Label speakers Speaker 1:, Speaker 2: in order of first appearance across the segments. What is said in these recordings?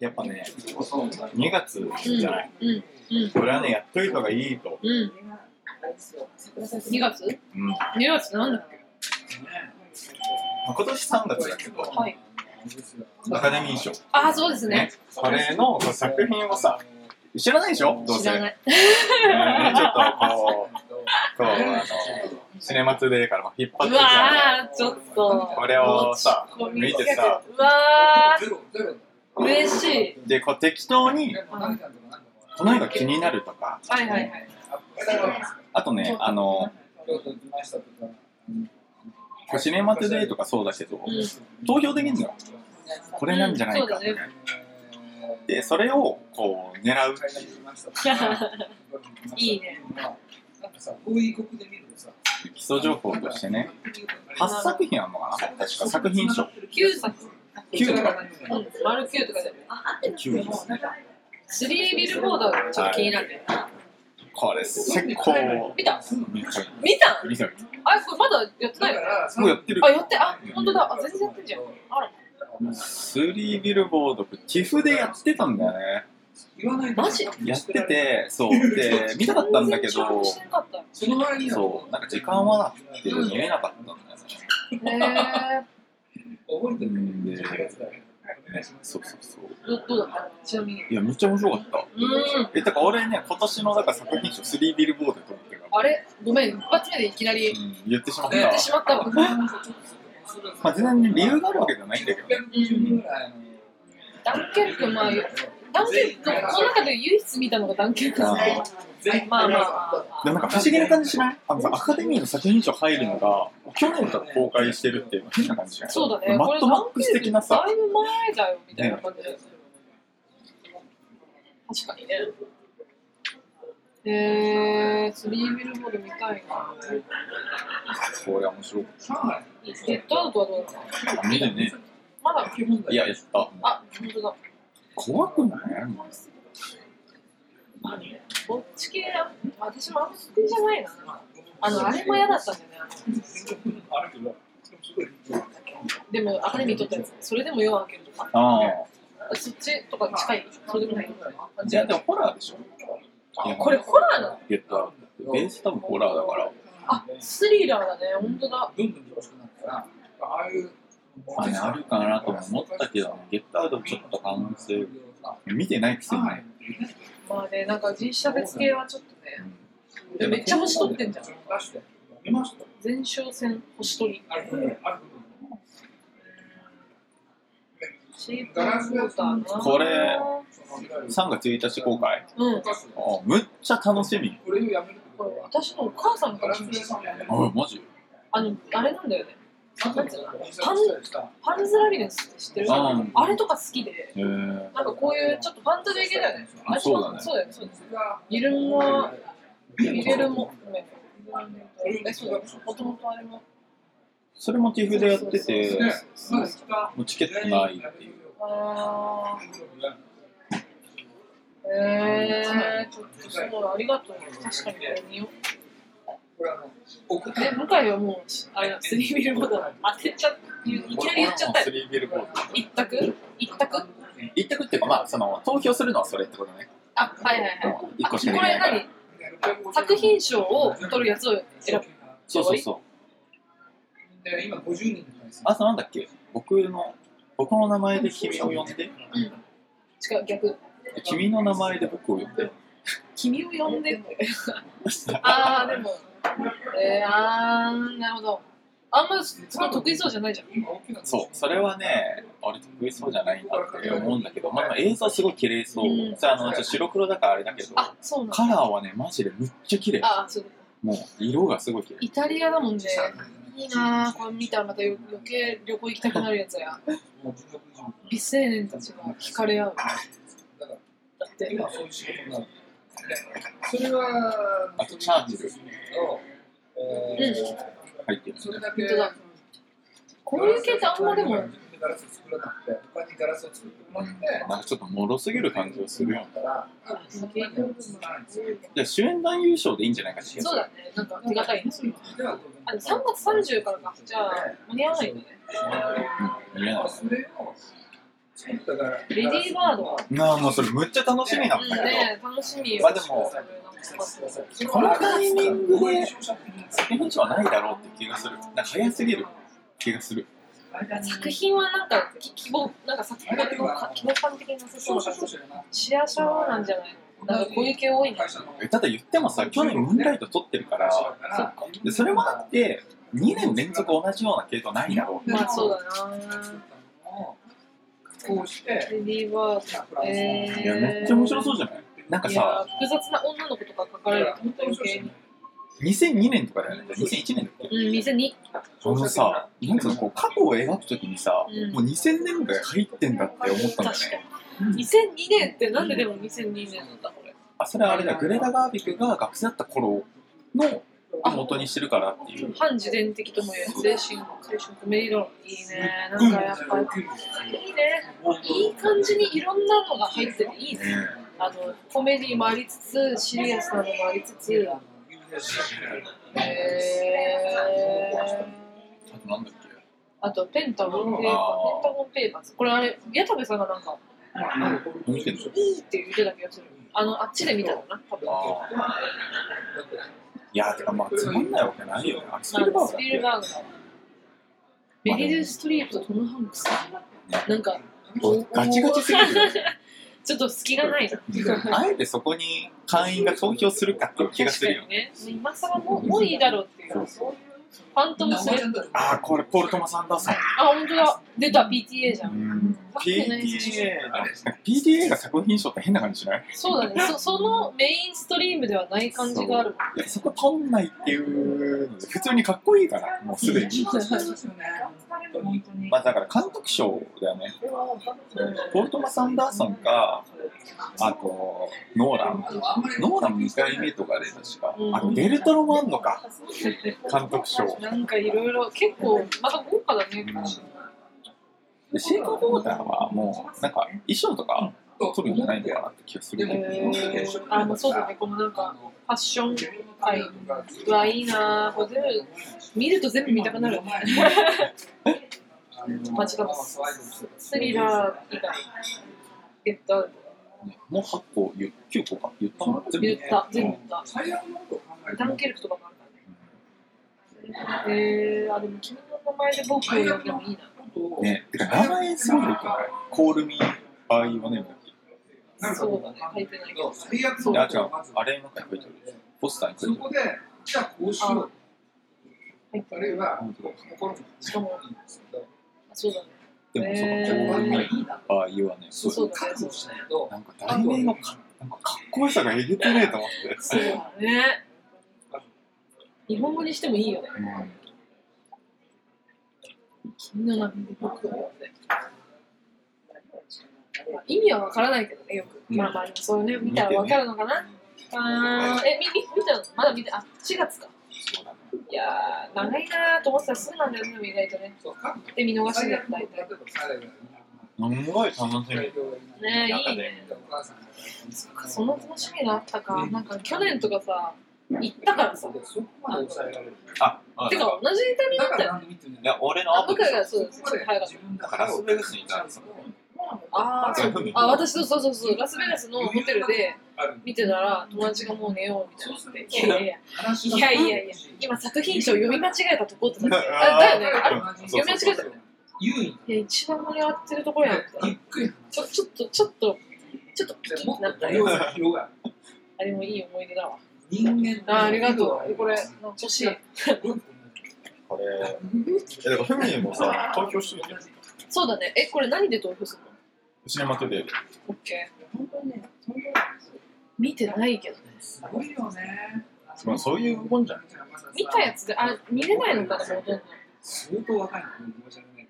Speaker 1: やっぱね、2月じゃない。
Speaker 2: うんうんうん
Speaker 1: これはね、やっといた方がいいと。
Speaker 2: うん2月2
Speaker 1: うん。ま
Speaker 2: 月なんだっけ
Speaker 1: あ、今年3月だけど、
Speaker 2: はい
Speaker 1: アカデミー賞。
Speaker 2: ああそうですね
Speaker 1: これの作品をさ、知らないでしょどう
Speaker 2: 知
Speaker 1: せ。
Speaker 2: ら
Speaker 1: ね
Speaker 2: ない
Speaker 1: ちょっとこう、こう、あの、シネマトゥデーから引っ張っ
Speaker 2: う
Speaker 1: てきた
Speaker 2: わーちょっと
Speaker 1: これをさ、抜いてさ、
Speaker 2: うわ
Speaker 3: ゼロゼロ
Speaker 2: ー嬉しい
Speaker 1: で、こう適当に、
Speaker 2: はい
Speaker 1: この絵が気になるとか、
Speaker 2: はいはい
Speaker 1: あとね、あの、こうシネマトゥデーとかそうだけど、
Speaker 2: うん
Speaker 1: 投票できるのよ。これなんじゃないか。
Speaker 2: うんそうだ
Speaker 1: で、それをこう狙うっていう。
Speaker 2: いいね
Speaker 3: なんかさ、こういう国で見るとさ、
Speaker 1: 基礎情報としてね、8作品あるのかな確か作品賞。
Speaker 2: 9作
Speaker 1: 9とか
Speaker 2: うん丸9とかで
Speaker 1: 9位ですね。
Speaker 2: スリービルボードがちょっと気になる
Speaker 1: これ、結構、
Speaker 2: 見た
Speaker 1: めっちゃ
Speaker 2: 見た
Speaker 1: 見た見
Speaker 2: あこれまだやってないよね
Speaker 3: ら
Speaker 1: たもうやってる
Speaker 2: あ。やってあ本当だあ全然やってんじゃんあら
Speaker 1: スリービルボード、寄付でやってたんだよね。
Speaker 3: 言わない
Speaker 2: マジ
Speaker 1: やってて、そう。で、見たかったんだけ
Speaker 2: 全然注
Speaker 1: ど
Speaker 2: 目し、てなかった
Speaker 3: その前に
Speaker 1: そう、なんか時間はなくて見えなかったんだよね。
Speaker 3: 覚えて
Speaker 2: へ
Speaker 1: う
Speaker 3: る
Speaker 1: んで、ね
Speaker 3: 8月だよ
Speaker 1: そうそうそう。
Speaker 2: ーどどうだったちなみにう
Speaker 1: いや、めっちゃ面白かった。
Speaker 2: ーん
Speaker 1: え、だから俺ね、今年のだから作品賞3ビルボードと思ってるから、
Speaker 2: あれごめん一発目でいきなり
Speaker 1: うん、言ってしまった。
Speaker 2: 言ってしまったわ
Speaker 1: まあ、全然ね理由があるわけじゃないんだけどね。
Speaker 3: 600ぐらいの
Speaker 2: ダンケルクまあダンケルクこの中で唯一見たのがダンケルクですね
Speaker 3: 全
Speaker 2: まあまあ
Speaker 1: でもなんか不思議な感じしないあのさ、アカデミーの作品賞入るのが、去年から公開してるっていうの変な感じじゃない
Speaker 2: そうだね
Speaker 1: マ
Speaker 2: こ
Speaker 1: ッ
Speaker 2: れ
Speaker 1: ドマックス的なさ
Speaker 2: ダンケルクだいぶ前だよみたいな感じだよね確かにねえー、スリービルボール見たいな。
Speaker 1: これ面白かっ
Speaker 3: 上海
Speaker 2: ゲットアウトはどうだった
Speaker 1: た。見てね。
Speaker 2: まだ、
Speaker 3: 基本だ
Speaker 1: い
Speaker 3: よ
Speaker 1: や、やった。
Speaker 2: あ、本当だ。
Speaker 1: 怖くない
Speaker 2: ぼっち系だ。私もあんま好きじゃないな。あの、あれも嫌だったんだよね。
Speaker 3: あるけどすごい
Speaker 2: でもアカデミー取ったやつ、それでも夜明けるとか、
Speaker 1: あ
Speaker 2: あそっちとか近い、そうでもない。
Speaker 1: あ。じゃあ、でもホラーでしょいや
Speaker 2: これホラーなの
Speaker 1: ゲットアウトってベース多分ホラーだから。
Speaker 2: あスリラーだね、本当だ。
Speaker 3: どんどん上手くなったらああいう
Speaker 1: あれあるかなとも思ったけど、ゲットアウトちょっと感性。見てないくせにね。
Speaker 2: まあね、なんか人種差別系はちょっとね、
Speaker 1: うん
Speaker 2: でもめっちゃ星取ってんじゃん。
Speaker 3: 出して見ました
Speaker 2: 前哨戦、星取り。
Speaker 3: あるある
Speaker 2: シープンクォーターな。
Speaker 1: これ3月1日公開。
Speaker 2: う
Speaker 1: あ
Speaker 2: ん。
Speaker 1: あむっちゃ楽しみ。
Speaker 3: これをやめる
Speaker 2: これ私のお母さん
Speaker 3: ガ
Speaker 2: から
Speaker 3: ラ
Speaker 2: 聞
Speaker 3: スで
Speaker 2: いた
Speaker 3: さん
Speaker 1: ああ、マジ
Speaker 2: あの、あれなんだよね。
Speaker 3: なんていうの
Speaker 2: パンズラビレンスって知ってる
Speaker 1: あ
Speaker 2: あ
Speaker 1: ー
Speaker 2: れとか好きで、
Speaker 1: へえ。
Speaker 2: なんかこういうちょっとファンタジー系だよね。
Speaker 1: あそうだね
Speaker 2: そうだよね、そうだよね。ギルモア、ギルモ、ごめん。え、そうだ、もともとあれも。
Speaker 1: それも寄付でやってて、もうチケ
Speaker 3: チ
Speaker 1: ットないっていう。
Speaker 2: あー。えー、ちょっとそうありがとう。確かにこれ見よう。え、向井はもう、あれだ、スリービルボード当てちゃっいきなり言っちゃった
Speaker 1: 俺も
Speaker 2: よ。
Speaker 1: スリービルボード
Speaker 2: 一択一択
Speaker 1: 一択っていうか、まあ、その、投票するのはそれってことね。
Speaker 2: あ、はいはいはい。
Speaker 1: もう一
Speaker 2: あ
Speaker 1: 個
Speaker 2: こ
Speaker 1: しか
Speaker 2: れ
Speaker 1: できないから。
Speaker 2: 何作品賞を取るやつを選ぶ。
Speaker 1: そうそうそう。
Speaker 3: 今50人
Speaker 1: あとなんだっけ僕の、僕の名前で君を呼んで、
Speaker 2: 違う、逆。
Speaker 1: 君の名前で僕を呼んで。
Speaker 2: 君を呼んでって。あー、でも。えー、あー、なるほど。あんま、すごい得意そうじゃないじゃん。
Speaker 1: そう、それはね、俺得意そうじゃないんだって思うんだけど、まあ、でも映像すごい綺麗そう。
Speaker 2: うん
Speaker 1: さあ、の、ちょっと白黒だからあれだけど、
Speaker 2: あ、そうなんだ
Speaker 1: カラーはね、マジでむっちゃ綺麗。
Speaker 2: あ、そうだ
Speaker 1: もう、色がすごい綺麗。
Speaker 2: イタリアだもんね。いいなあこれ見たらまた余計旅行行きたくなるやつや。美青年たちが惹かれ合う。だって、
Speaker 3: 今そういう仕事になる。それは、
Speaker 1: あとチャーチル入ってる。
Speaker 3: それだ
Speaker 2: 本
Speaker 3: け
Speaker 2: 当だ。こういう系ってあんまでも、うん、
Speaker 3: ガラス作らなくて、他にガラスを作ってもらって、
Speaker 1: なんかちょっと脆すぎる感じがするよね。
Speaker 3: から、
Speaker 1: じゃあ主演男優賞でいいんじゃないかって気がす
Speaker 2: そう
Speaker 1: る
Speaker 2: だね。なんか手堅いね、それは。あ、3月30からか。じゃあ、間に合わないんだね。
Speaker 1: うん見れない
Speaker 3: それをだから、
Speaker 2: レディーバードは。
Speaker 1: なあ、もうそれむっちゃ楽しみなん
Speaker 2: うん
Speaker 1: だけど、
Speaker 2: ね、楽しみよ。
Speaker 1: まあでもこのタイミングで作品賞はないだろうって気がする。なんか早すぎる気がする。
Speaker 2: 作品はなんか、き希望、なんか作品が希望か希望感的になさそうだし、シェアシャワーなんじゃないのなんかこういう系多いんだよ
Speaker 1: えただ言ってもさ、去年ムーンライト撮ってるから、でそれもあって、2年連続同じような系統ないだろう。
Speaker 2: な。まあそうだな。
Speaker 3: こうして、
Speaker 2: レディーバード。えー、
Speaker 1: いや、めっちゃ面白そうじゃないなんか
Speaker 2: いや
Speaker 1: さ、
Speaker 2: 複雑な女の子とか書かれると思った余計に。
Speaker 1: 2002年とかだよね。2001年だっけ
Speaker 2: うん、店に。
Speaker 1: このさ、なんかこう、過去を描くときにさ、
Speaker 2: うん
Speaker 1: もう2000年代入ってんだって思ったんだよ
Speaker 2: 確か
Speaker 1: ね。
Speaker 2: に。2002年ってなんででも2002年なんだこれ。
Speaker 1: あ、それはあれだ、グレタ・ガービックが学生だった頃の元にしてるからっていう。
Speaker 2: 反自伝的とも言える精神、精神コメディ論。いいね。なんかやっぱ、いいね。いい感じにいろんなのが入ってていいね。あの、コメディもありつつ、シリアスなのもありつつ。へー。
Speaker 1: あとなんだっけ
Speaker 2: あと、ペンタゴンペーパー、ペンタゴンペーパーズ。これあれ、矢田部さんがなんか、
Speaker 1: 何してんの
Speaker 2: いいって言ってた気がする。あの、あっちで見たのな、多分。
Speaker 1: あーいや、てかまあ、つまんないわけないよね。あれス
Speaker 2: ま
Speaker 1: ピルバ
Speaker 2: あ
Speaker 1: ーグ
Speaker 2: ス
Speaker 1: だっ
Speaker 2: ピ
Speaker 1: け
Speaker 2: ルバーグだ。メリル・ストリープとトム・ハンクス。なんか、
Speaker 1: ガチガチすぎるよね。
Speaker 2: ちょっと隙がないな。
Speaker 1: あえてそこに会員が投票するかっていう気がするよね。
Speaker 2: ね。今更もうもういいだろうっていう。ファントムスレッド。
Speaker 1: ああ、これ、ポール・トマス・アンダーソン。
Speaker 2: あ、本当だ。出た PTA じゃん。
Speaker 1: PTA だ。PTA が作品賞って変な感じしない
Speaker 2: そうだね。そそのメインストリームではない感じがあ る
Speaker 1: いや、そこ通んないっていうので、普通にかっこいいから、もうすでに。まあ、だから監督賞だよね。ポール・トマス・アンダーソンか、あと、ノーラン。ノーラン2回目とかで確か。あと、デルトロもあんのか、監督賞。
Speaker 2: もん。なんかいろいろ、結構、また豪華だね。
Speaker 1: で、シェイカー・ウォーターはもう、なんか、衣装とか取るんじゃないのかなって気がするけど。
Speaker 2: えー、あ、まあそうだね。このなんか、ファッション界。うわ、いいなぁ。これ全部、見ると全部見たくなる。まあちょっとススリラー以外、ゲットアウ
Speaker 1: もう8個、9個か。言った
Speaker 2: ト、
Speaker 1: 全部
Speaker 2: 言った、全部言った。ダンケルクとかもあるからね。えー、あ、でも君の名前で僕を呼んでもいいな。
Speaker 1: ね、てか名前すごいよくないコールミーバイヨネームだっけ
Speaker 2: そうだね、書いてないけど。
Speaker 1: であ、違う、あれの中に書いてある。ポスターに書い
Speaker 3: そ
Speaker 1: てあ
Speaker 3: こで、じゃあこうしよう。
Speaker 2: 入って
Speaker 3: あ
Speaker 2: ない
Speaker 3: るいは、
Speaker 1: る。
Speaker 2: しかも、そうだね。
Speaker 1: でも、そ
Speaker 2: え
Speaker 1: のコールミ
Speaker 2: ー
Speaker 1: ーバイヨネー
Speaker 2: そう
Speaker 1: ム。
Speaker 2: そうだね
Speaker 3: 覚。悟しないと、
Speaker 1: なんか、題名のかなんかかっこよさがえげてねえと思って。
Speaker 2: そうだね。日本語にしてもいいよね。
Speaker 1: うん
Speaker 2: 君の名前で僕を呼んで。意味はわからないけどね、よく。
Speaker 1: うん
Speaker 2: まあまあ、そうね、見たらわかるのかな。あーえ、み、み、見たのまだ見て、あ、4月か。
Speaker 1: そうだね
Speaker 2: いやー、長いなーと思ってたらすぐなんだよね、でも意外とね。
Speaker 3: そうか。
Speaker 2: で、見逃しだった大体。
Speaker 1: すごい楽しみ。
Speaker 2: ねいいね。そっかその楽しみがあったか。なんか去年とかさ、行ったからさ。
Speaker 3: そこまで抑えられる。
Speaker 1: あ、あ
Speaker 2: てか、同じタイミン
Speaker 3: だ
Speaker 2: グだ
Speaker 3: か
Speaker 2: っ
Speaker 3: ら
Speaker 2: たよね。
Speaker 3: 何で見てん
Speaker 1: いや、俺の
Speaker 2: あ、
Speaker 1: 後
Speaker 2: 向
Speaker 1: で
Speaker 2: 井
Speaker 1: しょ
Speaker 2: がそうです。ちょっと早かった。
Speaker 1: なんかラスベガスにいたんですよ。
Speaker 2: ああ、そう。あ、私とそうそうそう、ラスベガスのホテルで
Speaker 3: ある。
Speaker 2: 見てたら、友達がもう寝ようみたいになって。いやいやいや、
Speaker 3: 話
Speaker 2: いやいやいや、今作品賞読み間違えたとこってなって。あ、
Speaker 1: あ
Speaker 2: だよね。あれ
Speaker 1: そうそう
Speaker 2: 読み間違えた。
Speaker 3: 優位に。
Speaker 2: いや、一番盛り上がってるところやった。
Speaker 3: ゆっくり
Speaker 2: ちょ、ちょっと、ちょっと、ちょっとピキッ
Speaker 3: も
Speaker 2: てな
Speaker 3: っ
Speaker 2: っ
Speaker 3: と
Speaker 2: た
Speaker 3: 多様さ広が
Speaker 2: あれもいい思い出だわ。
Speaker 3: 人間
Speaker 2: あありがとう。これ、欲しい。
Speaker 1: これ、え、だから、フェミニンもさ、投票しといてよ。
Speaker 2: そうだね。え、これ何で投票するの
Speaker 1: シネマトゥデイで。
Speaker 2: オッケー。見てないけどね。
Speaker 3: すごいよね。
Speaker 1: まあ、そういうもんじゃない。
Speaker 2: 見たやつで、あ、見れないのかな、ほとんど。
Speaker 3: 相当若いの、申し訳ない。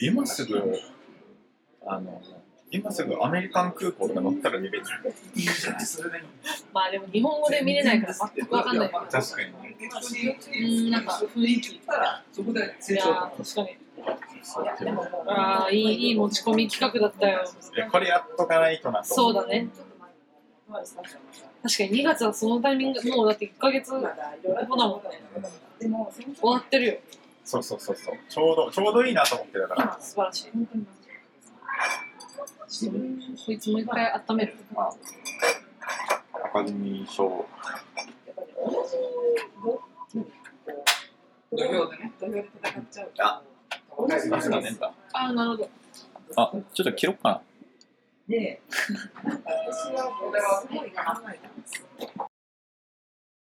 Speaker 1: 今すぐ、あの、今すぐアメリカン空港とか乗ったら見れちゃう。
Speaker 3: いいじゃない、それでいい。
Speaker 2: まあでも日本語で見れないから全くわかんない。
Speaker 1: 確かに。
Speaker 2: うん、なんか雰囲気。い
Speaker 3: そこで成
Speaker 2: や
Speaker 3: 長
Speaker 2: ー、確かに。ああ、いい、いい持ち込み企画だったよ。
Speaker 1: いや、これやっとかないとなと。
Speaker 2: そうだね。確かに2月はそのタイミング、もうだって1ヶ月後だもんね。終わってるよ。
Speaker 1: そうそうそうそう。ちょうど、ちょうどいいなと思ってだから。
Speaker 2: 素晴らしい。ちょっとこいつもう一回温める。
Speaker 1: まあ、アカデミー賞、
Speaker 3: 土俵でね。
Speaker 4: 土俵で戦っちゃう。
Speaker 1: あ
Speaker 3: 同じ
Speaker 1: あ、そうだね。
Speaker 2: ああ、なるほど。
Speaker 1: あ、ちょっと切ろっかな。
Speaker 4: で、私はこれはもういらない